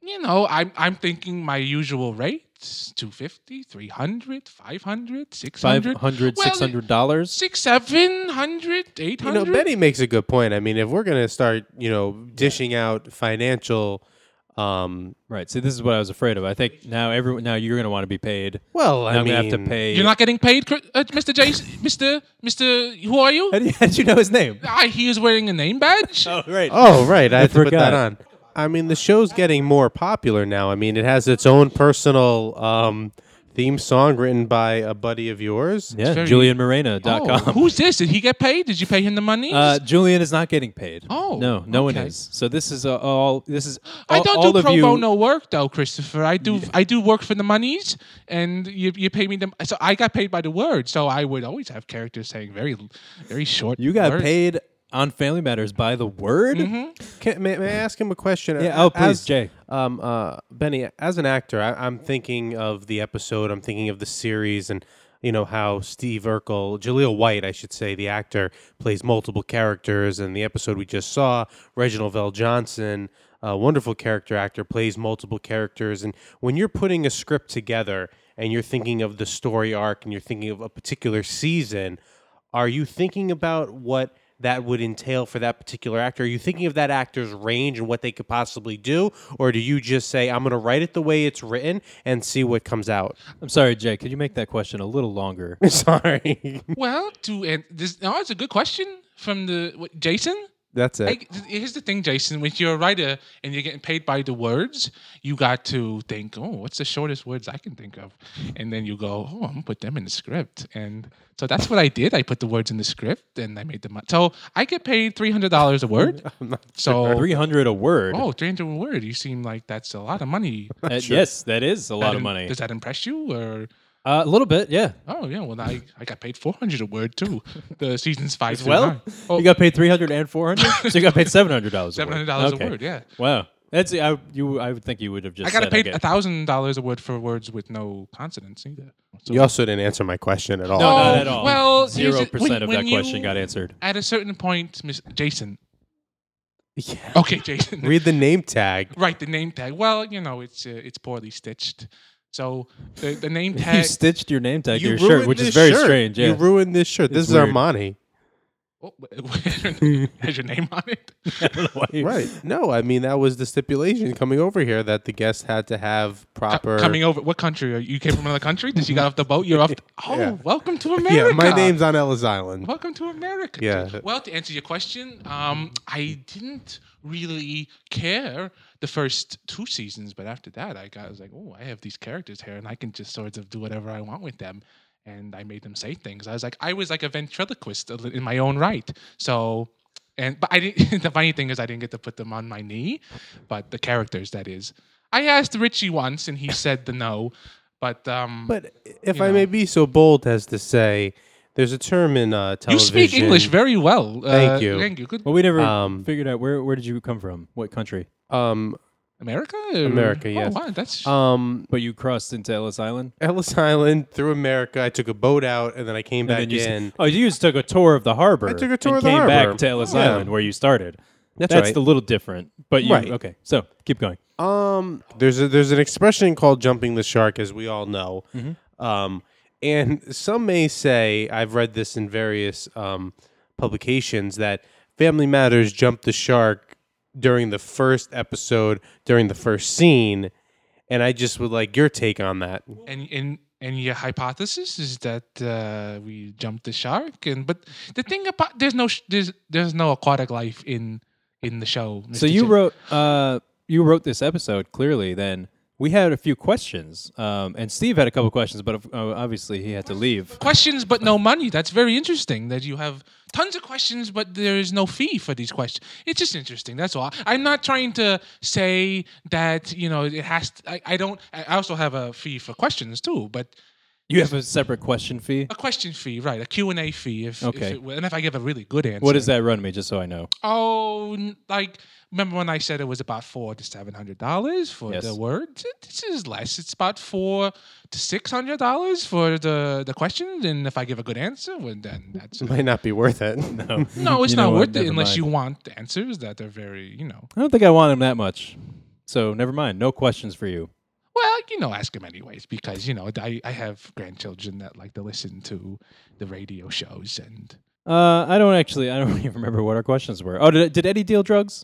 Speaker 5: You know, I'm I'm thinking my usual rate 250 300 500 600
Speaker 3: 500
Speaker 5: Well,
Speaker 3: $600
Speaker 5: six, seven hundred, eight
Speaker 4: You
Speaker 5: hundred.
Speaker 4: know, Betty makes a good point. I mean, if we're going to start, you know, dishing out financial, um,
Speaker 3: right see this is what i was afraid of i think now everyone now you're going to want to be paid
Speaker 4: well,
Speaker 3: Now
Speaker 4: I
Speaker 3: i'm
Speaker 4: mean,
Speaker 3: going to have to pay
Speaker 5: You're not getting paid, Cr- uh, Mr. Jason. Mr. Mr. Who are you?
Speaker 3: how did, how did you know his name
Speaker 5: Ah, he is wearing a name badge.
Speaker 3: right
Speaker 4: Oh, right. I have to put
Speaker 3: forgot.
Speaker 4: that on. I mean, the show's getting more popular now. I mean, it has its own personal um, theme song written by a buddy of yours.
Speaker 3: yeah
Speaker 5: very- Oh,
Speaker 3: julianmoreno.com
Speaker 5: who's this? Did he get paid? Did you pay him the money?
Speaker 3: Uh, Julian is not getting paid.
Speaker 5: Oh,
Speaker 3: no, no one
Speaker 5: okay.
Speaker 3: is. So this is uh, all. This is.
Speaker 5: I
Speaker 3: all-
Speaker 5: don't
Speaker 3: all
Speaker 5: do
Speaker 3: of
Speaker 5: pro
Speaker 3: you-
Speaker 5: bono work though, Christopher. I do I do work for the monies, and you, you pay me the. So I got paid by the word. So I would always have characters saying very very short.
Speaker 3: You got
Speaker 5: words. Mm-hmm.
Speaker 3: paid on Family Matters by the word.
Speaker 4: Can, may, may I ask him a question?
Speaker 3: Yeah, oh, please,
Speaker 4: As-
Speaker 3: Jay.
Speaker 4: Um, uh, Benny, as an actor, I, I'm thinking of the episode. I'm thinking of the series, and you know how Steve Urkel, Jaleel White, I should say, the actor plays multiple characters. And the episode we just saw, Reginald Vell Johnson, a wonderful character actor, plays multiple characters. And when you're putting a script together, and you're thinking of the story arc, and you're thinking of a particular season, are you thinking about what that would entail for that particular actor? Are you thinking of that actor's range and what they could possibly do? Or do you just say, I'm going to write it the way it's written and see what comes out?
Speaker 3: I'm sorry, Jay. Could you make that question a little longer?
Speaker 4: Sorry.
Speaker 5: Well, to and this, no, it's a good question from the what, Jason.
Speaker 4: That's it.
Speaker 5: I, here's the thing, Jason. When you're a writer and you're getting paid by the words, you got to think, oh, what's the shortest words I can think of? And then you go, oh, I'm gonna put them in the script. And so that's what I did. I put the words in the script and I made the money. So I get paid three hundred dollars a word. so.
Speaker 3: Three hundred a word.
Speaker 5: Oh, 300 a word. You seem like that's a lot of money. A
Speaker 3: Uh, Yes, that is a lot of money.
Speaker 5: Does that impress you? Or,
Speaker 3: Uh, a little bit, yeah.
Speaker 5: oh, yeah, well, I, I got paid 400 a word too. The seasons five through nine.
Speaker 3: Well,
Speaker 5: Oh,
Speaker 3: you got paid three hundred and four hundred, so you got paid seven hundred dollars.
Speaker 5: $700 a word, yeah.
Speaker 3: Wow, that's I, you. I would think you would have just.
Speaker 5: I got
Speaker 3: said, I
Speaker 5: paid
Speaker 3: get-
Speaker 5: a thousand dollars a word for words with no consonants either. So
Speaker 4: You also didn't answer my question at all.
Speaker 3: No,
Speaker 5: Oh,
Speaker 3: not at all.
Speaker 5: well, here's
Speaker 3: zero
Speaker 5: the-
Speaker 3: percent
Speaker 5: when-
Speaker 3: of
Speaker 5: when
Speaker 3: that question
Speaker 5: you-
Speaker 3: got answered.
Speaker 5: at a certain point, Miss Jason.
Speaker 4: Yeah.
Speaker 5: Okay, Jason.
Speaker 4: Read the name tag.
Speaker 5: right, the name tag. Well, you know, it's uh, it's poorly stitched. So the, the name
Speaker 3: You
Speaker 5: tag.
Speaker 3: stitched your name tag to your shirt,
Speaker 4: ruined
Speaker 3: which is
Speaker 4: this
Speaker 3: very
Speaker 4: shirt.
Speaker 3: strange.
Speaker 4: You
Speaker 3: Yeah.
Speaker 4: ruined this shirt. This
Speaker 3: It's
Speaker 4: is
Speaker 3: weird.
Speaker 4: Armani.
Speaker 5: Oh, has your name on it?
Speaker 4: Right. No, I mean, that was the stipulation coming over here that the guest had to have proper.
Speaker 5: Coming over. What country? Are you? you came from another country? Did you get off the boat? You're off. The, oh,
Speaker 4: Yeah.
Speaker 5: welcome to America.
Speaker 4: Yeah, my name's on Ellis Island.
Speaker 5: Welcome to America.
Speaker 4: Yeah.
Speaker 5: dude. Well, to answer your question, um, I didn't really care the first two seasons, but after that, I got I was like, oh, I have these characters here, and I can just sort of do whatever I want with them. And I made them say things. I was like, I was like a ventriloquist a li- in my own right. So, and but I didn't. the funny thing is, I didn't get to put them on my knee, but the characters that is. I asked Richie once, and he said the no. But um,
Speaker 4: But if
Speaker 5: You
Speaker 4: I
Speaker 5: know.
Speaker 4: may be so bold as to say, there's a term in uh,
Speaker 5: you
Speaker 4: television.
Speaker 5: speak English very well.
Speaker 4: Thank you.
Speaker 5: Thank you. Good.
Speaker 3: Well, we never
Speaker 4: Um,
Speaker 3: figured out where. Where did you come from? What country?
Speaker 4: Um,
Speaker 5: America? or-
Speaker 4: America, yes.
Speaker 5: Oh, wow, that's
Speaker 4: um,
Speaker 3: But you crossed into Ellis Island.
Speaker 4: Ellis Island through America. I took a boat out and then I came back
Speaker 3: And then you s-
Speaker 4: in.
Speaker 3: oh, you just took a tour of the harbor. I
Speaker 4: took a tour
Speaker 3: and
Speaker 4: of the
Speaker 3: came back
Speaker 4: harbor.
Speaker 3: to Ellis
Speaker 4: Yeah.
Speaker 3: Island where you started.
Speaker 4: That's right.
Speaker 3: a little different, but you,
Speaker 4: Right.
Speaker 3: okay. So keep going.
Speaker 4: Um, there's a, there's an expression called jumping the shark, as we all know. Um, and some may say I've read this in various um, publications that Family Matters jumped the shark during the first episode, during the first scene, and I just would like your take on that.
Speaker 5: and and and your hypothesis is that uh, we jumped the shark. And but the thing about there's no sh- there's there's no aquatic life in in the show.
Speaker 3: So
Speaker 5: Mr.
Speaker 3: you
Speaker 5: J-
Speaker 3: wrote uh, you wrote this episode clearly. Then we had a few questions, um, and Steve had a couple questions, but uh, obviously he had to leave.
Speaker 5: questions but no money. That's very interesting that you have tons of questions but there is no fee for these questions. It's just interesting. That's all. I'm not trying to say that you know it has. To, I I don't. I also have a fee for questions too, but.
Speaker 3: You have a separate question fee.
Speaker 5: A question fee, right? A Q and A fee, if,
Speaker 3: Okay.
Speaker 5: if it, and if I give a really good answer.
Speaker 3: What does that run me? Just so I know.
Speaker 5: Oh, n- like remember when I said it was about four to seven hundred dollars for
Speaker 3: Yes.
Speaker 5: the words? It- This is less. It's about four to six hundred dollars for the the question. And if I give a good answer, well, then that's
Speaker 4: Might not be worth it. No.
Speaker 5: no, it's
Speaker 3: You know
Speaker 5: not
Speaker 3: what?
Speaker 5: worth it
Speaker 3: Never
Speaker 5: unless
Speaker 3: mind.
Speaker 5: you want answers that are very you know.
Speaker 3: I don't think I want him that much. So never mind. No questions for you.
Speaker 5: Well, like, you know, ask him anyways because you know I, I have grandchildren that like to listen to the radio shows and
Speaker 3: Uh, I don't actually. I don't even remember what our questions were. Oh, did, did Eddie deal drugs?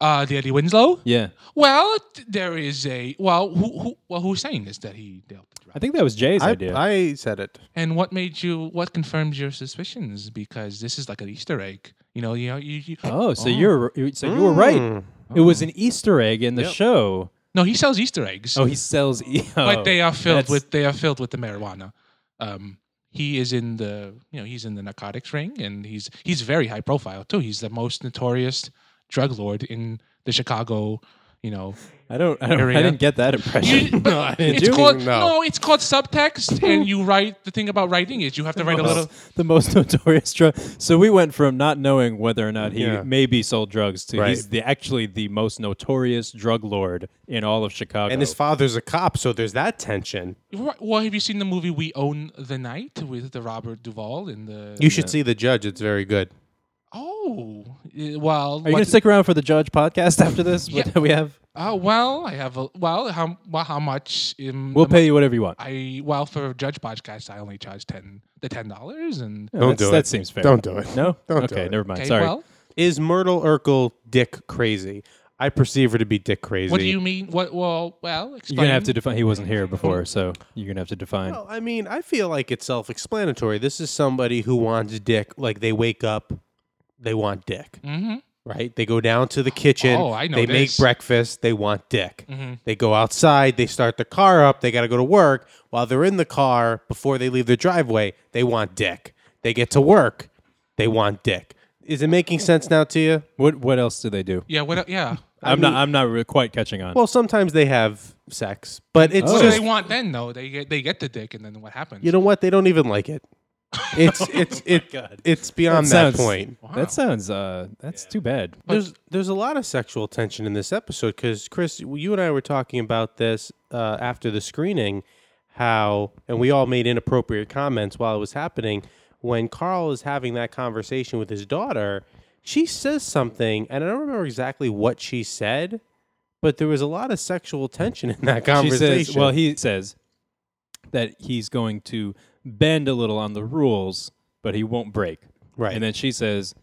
Speaker 5: uh the Eddie Winslow.
Speaker 3: Yeah,
Speaker 5: Well, th- there is a well who, who well who's saying this that he dealt with drugs?
Speaker 3: I think that was Jay's
Speaker 4: I,
Speaker 3: idea.
Speaker 4: I said it.
Speaker 5: And what made you what confirms your suspicions because this is like an Easter egg. You know, you know you, you
Speaker 3: oh, so you're you- so you were right.
Speaker 4: Mm.
Speaker 3: It was an Easter egg in the show.
Speaker 5: No, he sells Easter eggs.
Speaker 3: Oh, he sells. E-
Speaker 5: but
Speaker 3: oh,
Speaker 5: they are filled
Speaker 3: that's-
Speaker 5: with they are filled with the marijuana. Um, he is in the you know he's in the narcotics ring and he's he's very high profile too. He's the most notorious drug lord in the Chicago. You know,
Speaker 3: I don't. I, don't I
Speaker 5: Area.
Speaker 3: didn't get that impression.
Speaker 5: You-
Speaker 4: No, I didn't
Speaker 5: it's
Speaker 4: do.
Speaker 5: called
Speaker 4: No.
Speaker 5: no. it's called subtext, and you write the thing about writing is you have to write a little.
Speaker 3: the most notorious drug. So we went from not knowing whether or not he
Speaker 4: Yeah.
Speaker 3: maybe sold drugs to he's
Speaker 4: Right.
Speaker 3: the actually the most notorious drug lord in all of Chicago.
Speaker 4: And his father's a cop, so there's that tension.
Speaker 5: Well, have you seen the movie We Own the Night with the Robert Duvall in the?
Speaker 4: You should see the judge. It's very good.
Speaker 5: oh, eh, well,
Speaker 3: are you
Speaker 5: what-
Speaker 3: gonna stick around for the Judge podcast after this?
Speaker 5: Yeah.
Speaker 3: What we have,
Speaker 5: uh, well, I have a well. How well? How much? Um,
Speaker 3: we'll pay you whatever you want.
Speaker 5: I well for Judge Podcast, I only charge ten the ten dollars and
Speaker 3: Yeah,
Speaker 4: Don't
Speaker 3: that's-
Speaker 4: do
Speaker 3: That
Speaker 4: it.
Speaker 3: seems fair.
Speaker 4: Don't do it.
Speaker 3: No.
Speaker 4: Don't do
Speaker 3: okay.
Speaker 4: it.
Speaker 3: Never mind.
Speaker 5: okay,
Speaker 3: Sorry.
Speaker 5: well,
Speaker 4: Is Myrtle Urkel dick crazy? I perceive her to be dick crazy.
Speaker 5: what do you mean? What? Well, well, explain.
Speaker 3: You're gonna have to define. He wasn't here before, so you're gonna have to define.
Speaker 4: Well, I mean, I feel like it's self-explanatory. This is somebody who wants dick. Like they wake up, they want dick. Mm-hmm. Right? They go down to the kitchen.
Speaker 5: Oh, I know
Speaker 4: They
Speaker 5: this. Mm-hmm.
Speaker 4: make breakfast. They want dick. They go outside. They start the car up. They got to go to work. While they're in the car, before they leave their driveway, they want dick. They get to work. They want dick. Is it making sense now to you?
Speaker 3: What What else do they do?
Speaker 5: Yeah. What? Yeah.
Speaker 3: I'm not. I'm not re- quite catching on.
Speaker 4: Well, sometimes they have sex, but it's
Speaker 5: What do
Speaker 4: just
Speaker 5: Oh. they want then? Though they get they get the dick, and then what happens?
Speaker 4: you know what? They don't even like it. It's
Speaker 5: Oh
Speaker 4: it's it, it's beyond that,
Speaker 3: sounds-
Speaker 4: point.
Speaker 3: That sounds. Uh, that's too bad.
Speaker 4: There's there's a lot of sexual tension in this episode because Chris, you and I were talking about this uh, after the screening, how and we all made inappropriate comments while it was happening. When Carl is having that conversation with his daughter, she says something, and I don't remember exactly what she said, but there was a lot of sexual tension in that
Speaker 3: She
Speaker 4: conversation.
Speaker 3: says. Well, he says that he's going to bend a little on the rules, but he won't break.
Speaker 4: Right.
Speaker 3: And then she says,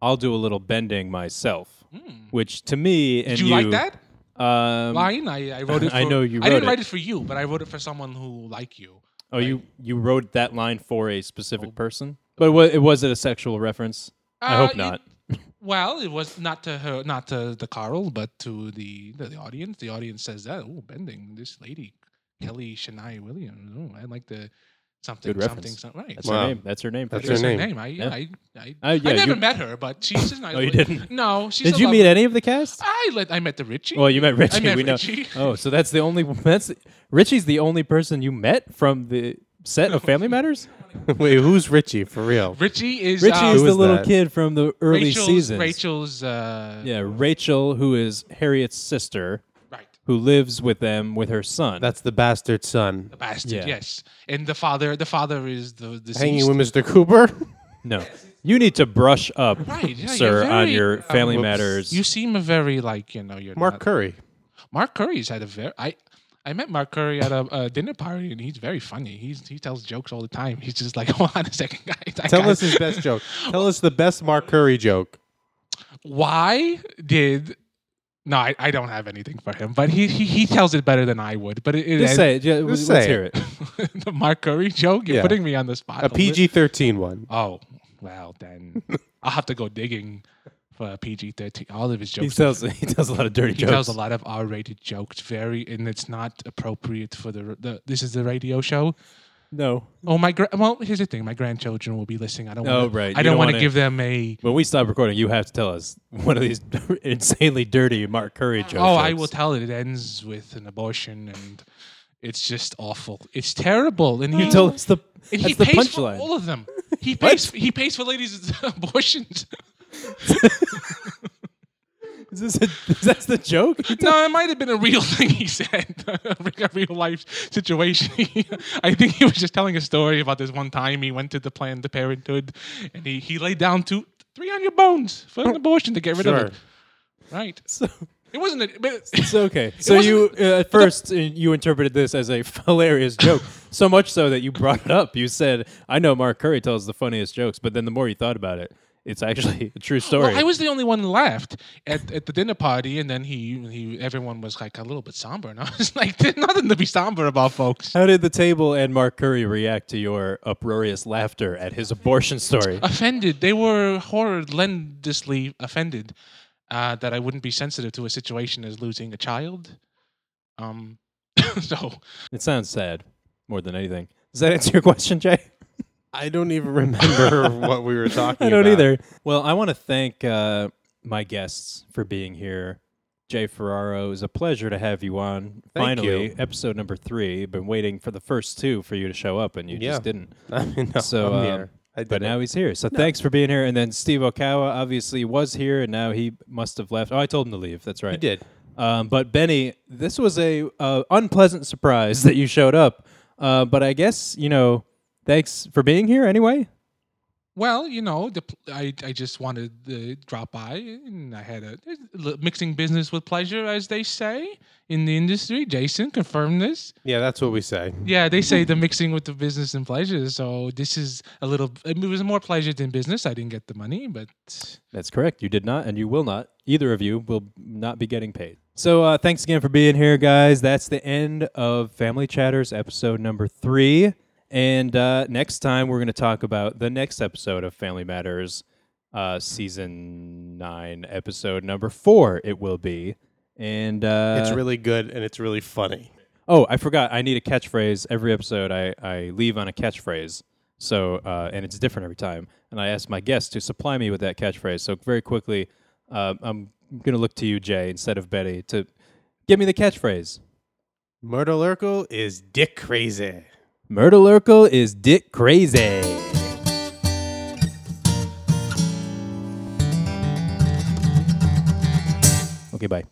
Speaker 3: "I'll do a little bending myself," which to me and
Speaker 5: Hmm. Mm-hmm. Did you, like that
Speaker 3: Um,
Speaker 5: line? I, I wrote it. For,
Speaker 3: I know you
Speaker 5: I didn't
Speaker 3: wrote it.
Speaker 5: write it for you, but I wrote it for someone who like you.
Speaker 3: Oh, you you wrote that line for a specific
Speaker 5: Oh.
Speaker 3: person, but wa- it was it a sexual reference? I
Speaker 5: Uh,
Speaker 3: hope
Speaker 5: it-
Speaker 3: not.
Speaker 5: Well, it was not to her, not to the Carl, but to the the, the audience. The audience says that. Oh, bending this lady, Kelly Shania Williams. Oh, I like the something,
Speaker 3: Good
Speaker 5: something,
Speaker 3: reference.
Speaker 5: something. Right.
Speaker 3: That's
Speaker 4: Wow.
Speaker 3: her name. That's her name. for
Speaker 4: That's
Speaker 3: sure.
Speaker 4: her
Speaker 5: That's her
Speaker 4: name.
Speaker 5: name. I, I, I,
Speaker 3: Uh, yeah,
Speaker 5: I never
Speaker 3: you-
Speaker 5: met her, but she's a nice.
Speaker 3: you
Speaker 5: lady.
Speaker 3: didn't?
Speaker 5: No, she's.
Speaker 3: Did
Speaker 5: a
Speaker 3: you meet
Speaker 5: lovely-
Speaker 3: any of the cast?
Speaker 5: I let. I met the Richie.
Speaker 3: Well, you met Richie.
Speaker 5: met
Speaker 3: we know.
Speaker 5: Richie.
Speaker 3: Oh, so that's the only that's Richie's the only person you met from the set of Family Matters.
Speaker 4: Wait, who's Richie for real?
Speaker 5: Richie is.
Speaker 3: Richie
Speaker 5: um,
Speaker 3: is the
Speaker 4: is
Speaker 3: little
Speaker 4: that?
Speaker 3: kid from the early
Speaker 5: Rachel's.
Speaker 3: seasons.
Speaker 5: Rachel's. Uh,
Speaker 3: Yeah, Rachel, who is Harriet's sister,
Speaker 5: Right.
Speaker 3: who lives with them with her son.
Speaker 4: That's the bastard son
Speaker 5: The bastard.
Speaker 3: Yeah.
Speaker 5: Yes. And the father. The father is the deceased.
Speaker 4: hanging with Mr. Cooper.
Speaker 3: no. You need to brush up,
Speaker 5: Right, yeah,
Speaker 3: sir,
Speaker 5: you're
Speaker 3: on
Speaker 5: very- um,
Speaker 3: your Family
Speaker 4: whoops.
Speaker 3: Matters.
Speaker 5: You seem a very like you know you're
Speaker 4: Mark
Speaker 5: not-
Speaker 4: Curry.
Speaker 5: Mark Curry's had a very I. I met Mark Curry at a, a dinner party, and he's very funny. He's he tells jokes all the time. He's just like, hold on a second, guys. I
Speaker 4: Tell
Speaker 5: gotta-
Speaker 4: us his best joke. Tell us the best Mark Curry joke.
Speaker 5: why did no I, I don't have anything for him but he he, he tells it better than i would but it, it
Speaker 3: just say it. Yeah,
Speaker 4: Just
Speaker 3: let's
Speaker 4: say
Speaker 3: hear
Speaker 4: it.
Speaker 3: it.
Speaker 5: the mark curry joke you're
Speaker 4: Yeah.
Speaker 5: putting me on the spot
Speaker 4: A
Speaker 5: li-
Speaker 4: PG 13 one.
Speaker 5: oh well then i'll have to go digging for pg-13 all of his
Speaker 3: He
Speaker 5: jokes are-
Speaker 3: tells he tells a lot of dirty
Speaker 5: he
Speaker 3: jokes.
Speaker 5: tells a lot of r-rated jokes very and it's not appropriate for the, the this is the radio show
Speaker 3: No,
Speaker 5: oh my gra- well here's the thing my grandchildren will be listening i don't
Speaker 3: Oh,
Speaker 5: wanna,
Speaker 3: right. You
Speaker 5: i
Speaker 3: don't
Speaker 5: don't want to
Speaker 3: wanna-
Speaker 5: give them a
Speaker 3: when we stop recording, you have to tell us one of these insanely dirty Mark Curry jokes.
Speaker 5: Oh, I will tell it. It ends with an abortion, and it's just awful. It's terrible. And
Speaker 3: You
Speaker 5: he,
Speaker 3: told us the
Speaker 5: and
Speaker 3: that's
Speaker 5: he
Speaker 3: the
Speaker 5: pays for
Speaker 3: punchline.
Speaker 5: all of them. He pays. he pays for ladies' abortions.
Speaker 3: Is this a, that's the joke?
Speaker 5: no, it might have been a real thing he said, a real life situation. I think he was just telling a story about this one time he went to the Planned Parenthood, and he he laid down two. 300 bones for an abortion to get rid of
Speaker 4: Sure.
Speaker 5: it. Right.
Speaker 3: So,
Speaker 5: It wasn't. A, but
Speaker 3: It's okay. So you uh, at first uh, you interpreted this as a hilarious joke, so much so that you brought it up. You said, "I know Mark Curry tells the funniest jokes," but then the more you thought about it, it's actually a true story.
Speaker 5: Well, I was the only one left at, at the dinner party, and then he he everyone was like a little bit somber, and I was like, "There's nothing to be somber about, folks."
Speaker 3: How did the table and Mark Curry react to your uproarious laughter at his abortion story?
Speaker 5: Offended, they were horrendously offended uh, that I wouldn't be sensitive to a situation as losing a child. Um, so
Speaker 3: It sounds sad more than anything. Does that answer your question, Jay?
Speaker 4: I don't even remember what we were talking.
Speaker 3: I don't
Speaker 4: about.
Speaker 3: either. Well, I want to thank uh, my guests for being here. Jay Ferraro, it was a pleasure to have you on.
Speaker 4: Thank
Speaker 3: Finally,
Speaker 4: you.
Speaker 3: episode number three. Been waiting for the first two for you to show up, and you
Speaker 4: Yeah.
Speaker 3: just didn't.
Speaker 4: I mean, no,
Speaker 3: So,
Speaker 4: I'm
Speaker 3: um,
Speaker 4: here. I did
Speaker 3: But
Speaker 4: it.
Speaker 3: now he's here. So thanks for being here. And then Steve Okawa obviously was here, and now he must have left. Oh, I told him to leave. That's right.
Speaker 4: he did.
Speaker 3: Um, but Benny, this was a uh, unpleasant surprise that you showed up. Uh, but I guess you know, thanks for being here anyway.
Speaker 5: Well, you know, the, pl- I I just wanted to drop by, and I had a, li- mixing business with pleasure, as they say in the industry. Jason confirmed this.
Speaker 4: Yeah, that's what we say.
Speaker 5: Yeah, they say the mixing with the business and pleasure. So this is a little. It was more pleasure than business. I didn't get the money, but
Speaker 3: That's correct. You did not, and you will not. Either of you will not be getting paid. So uh, thanks again for being here, guys. That's the end of Family Chatters episode number three. And uh, next time, we're going to talk about the next episode of Family Matters, uh, season nine, episode number four. It will be. And uh,
Speaker 4: it's really good and it's really funny.
Speaker 3: Oh, I forgot. I need a catchphrase every episode. I, I leave on a catchphrase. So uh, and it's different every time. And I ask my guests to supply me with that catchphrase. So very quickly, uh, I'm gonna look to you, Jay, instead of Betty, to give me the catchphrase.
Speaker 4: Myrtle Urkel is dick crazy.
Speaker 3: Myrtle Urkel is dick crazy. Okay, bye.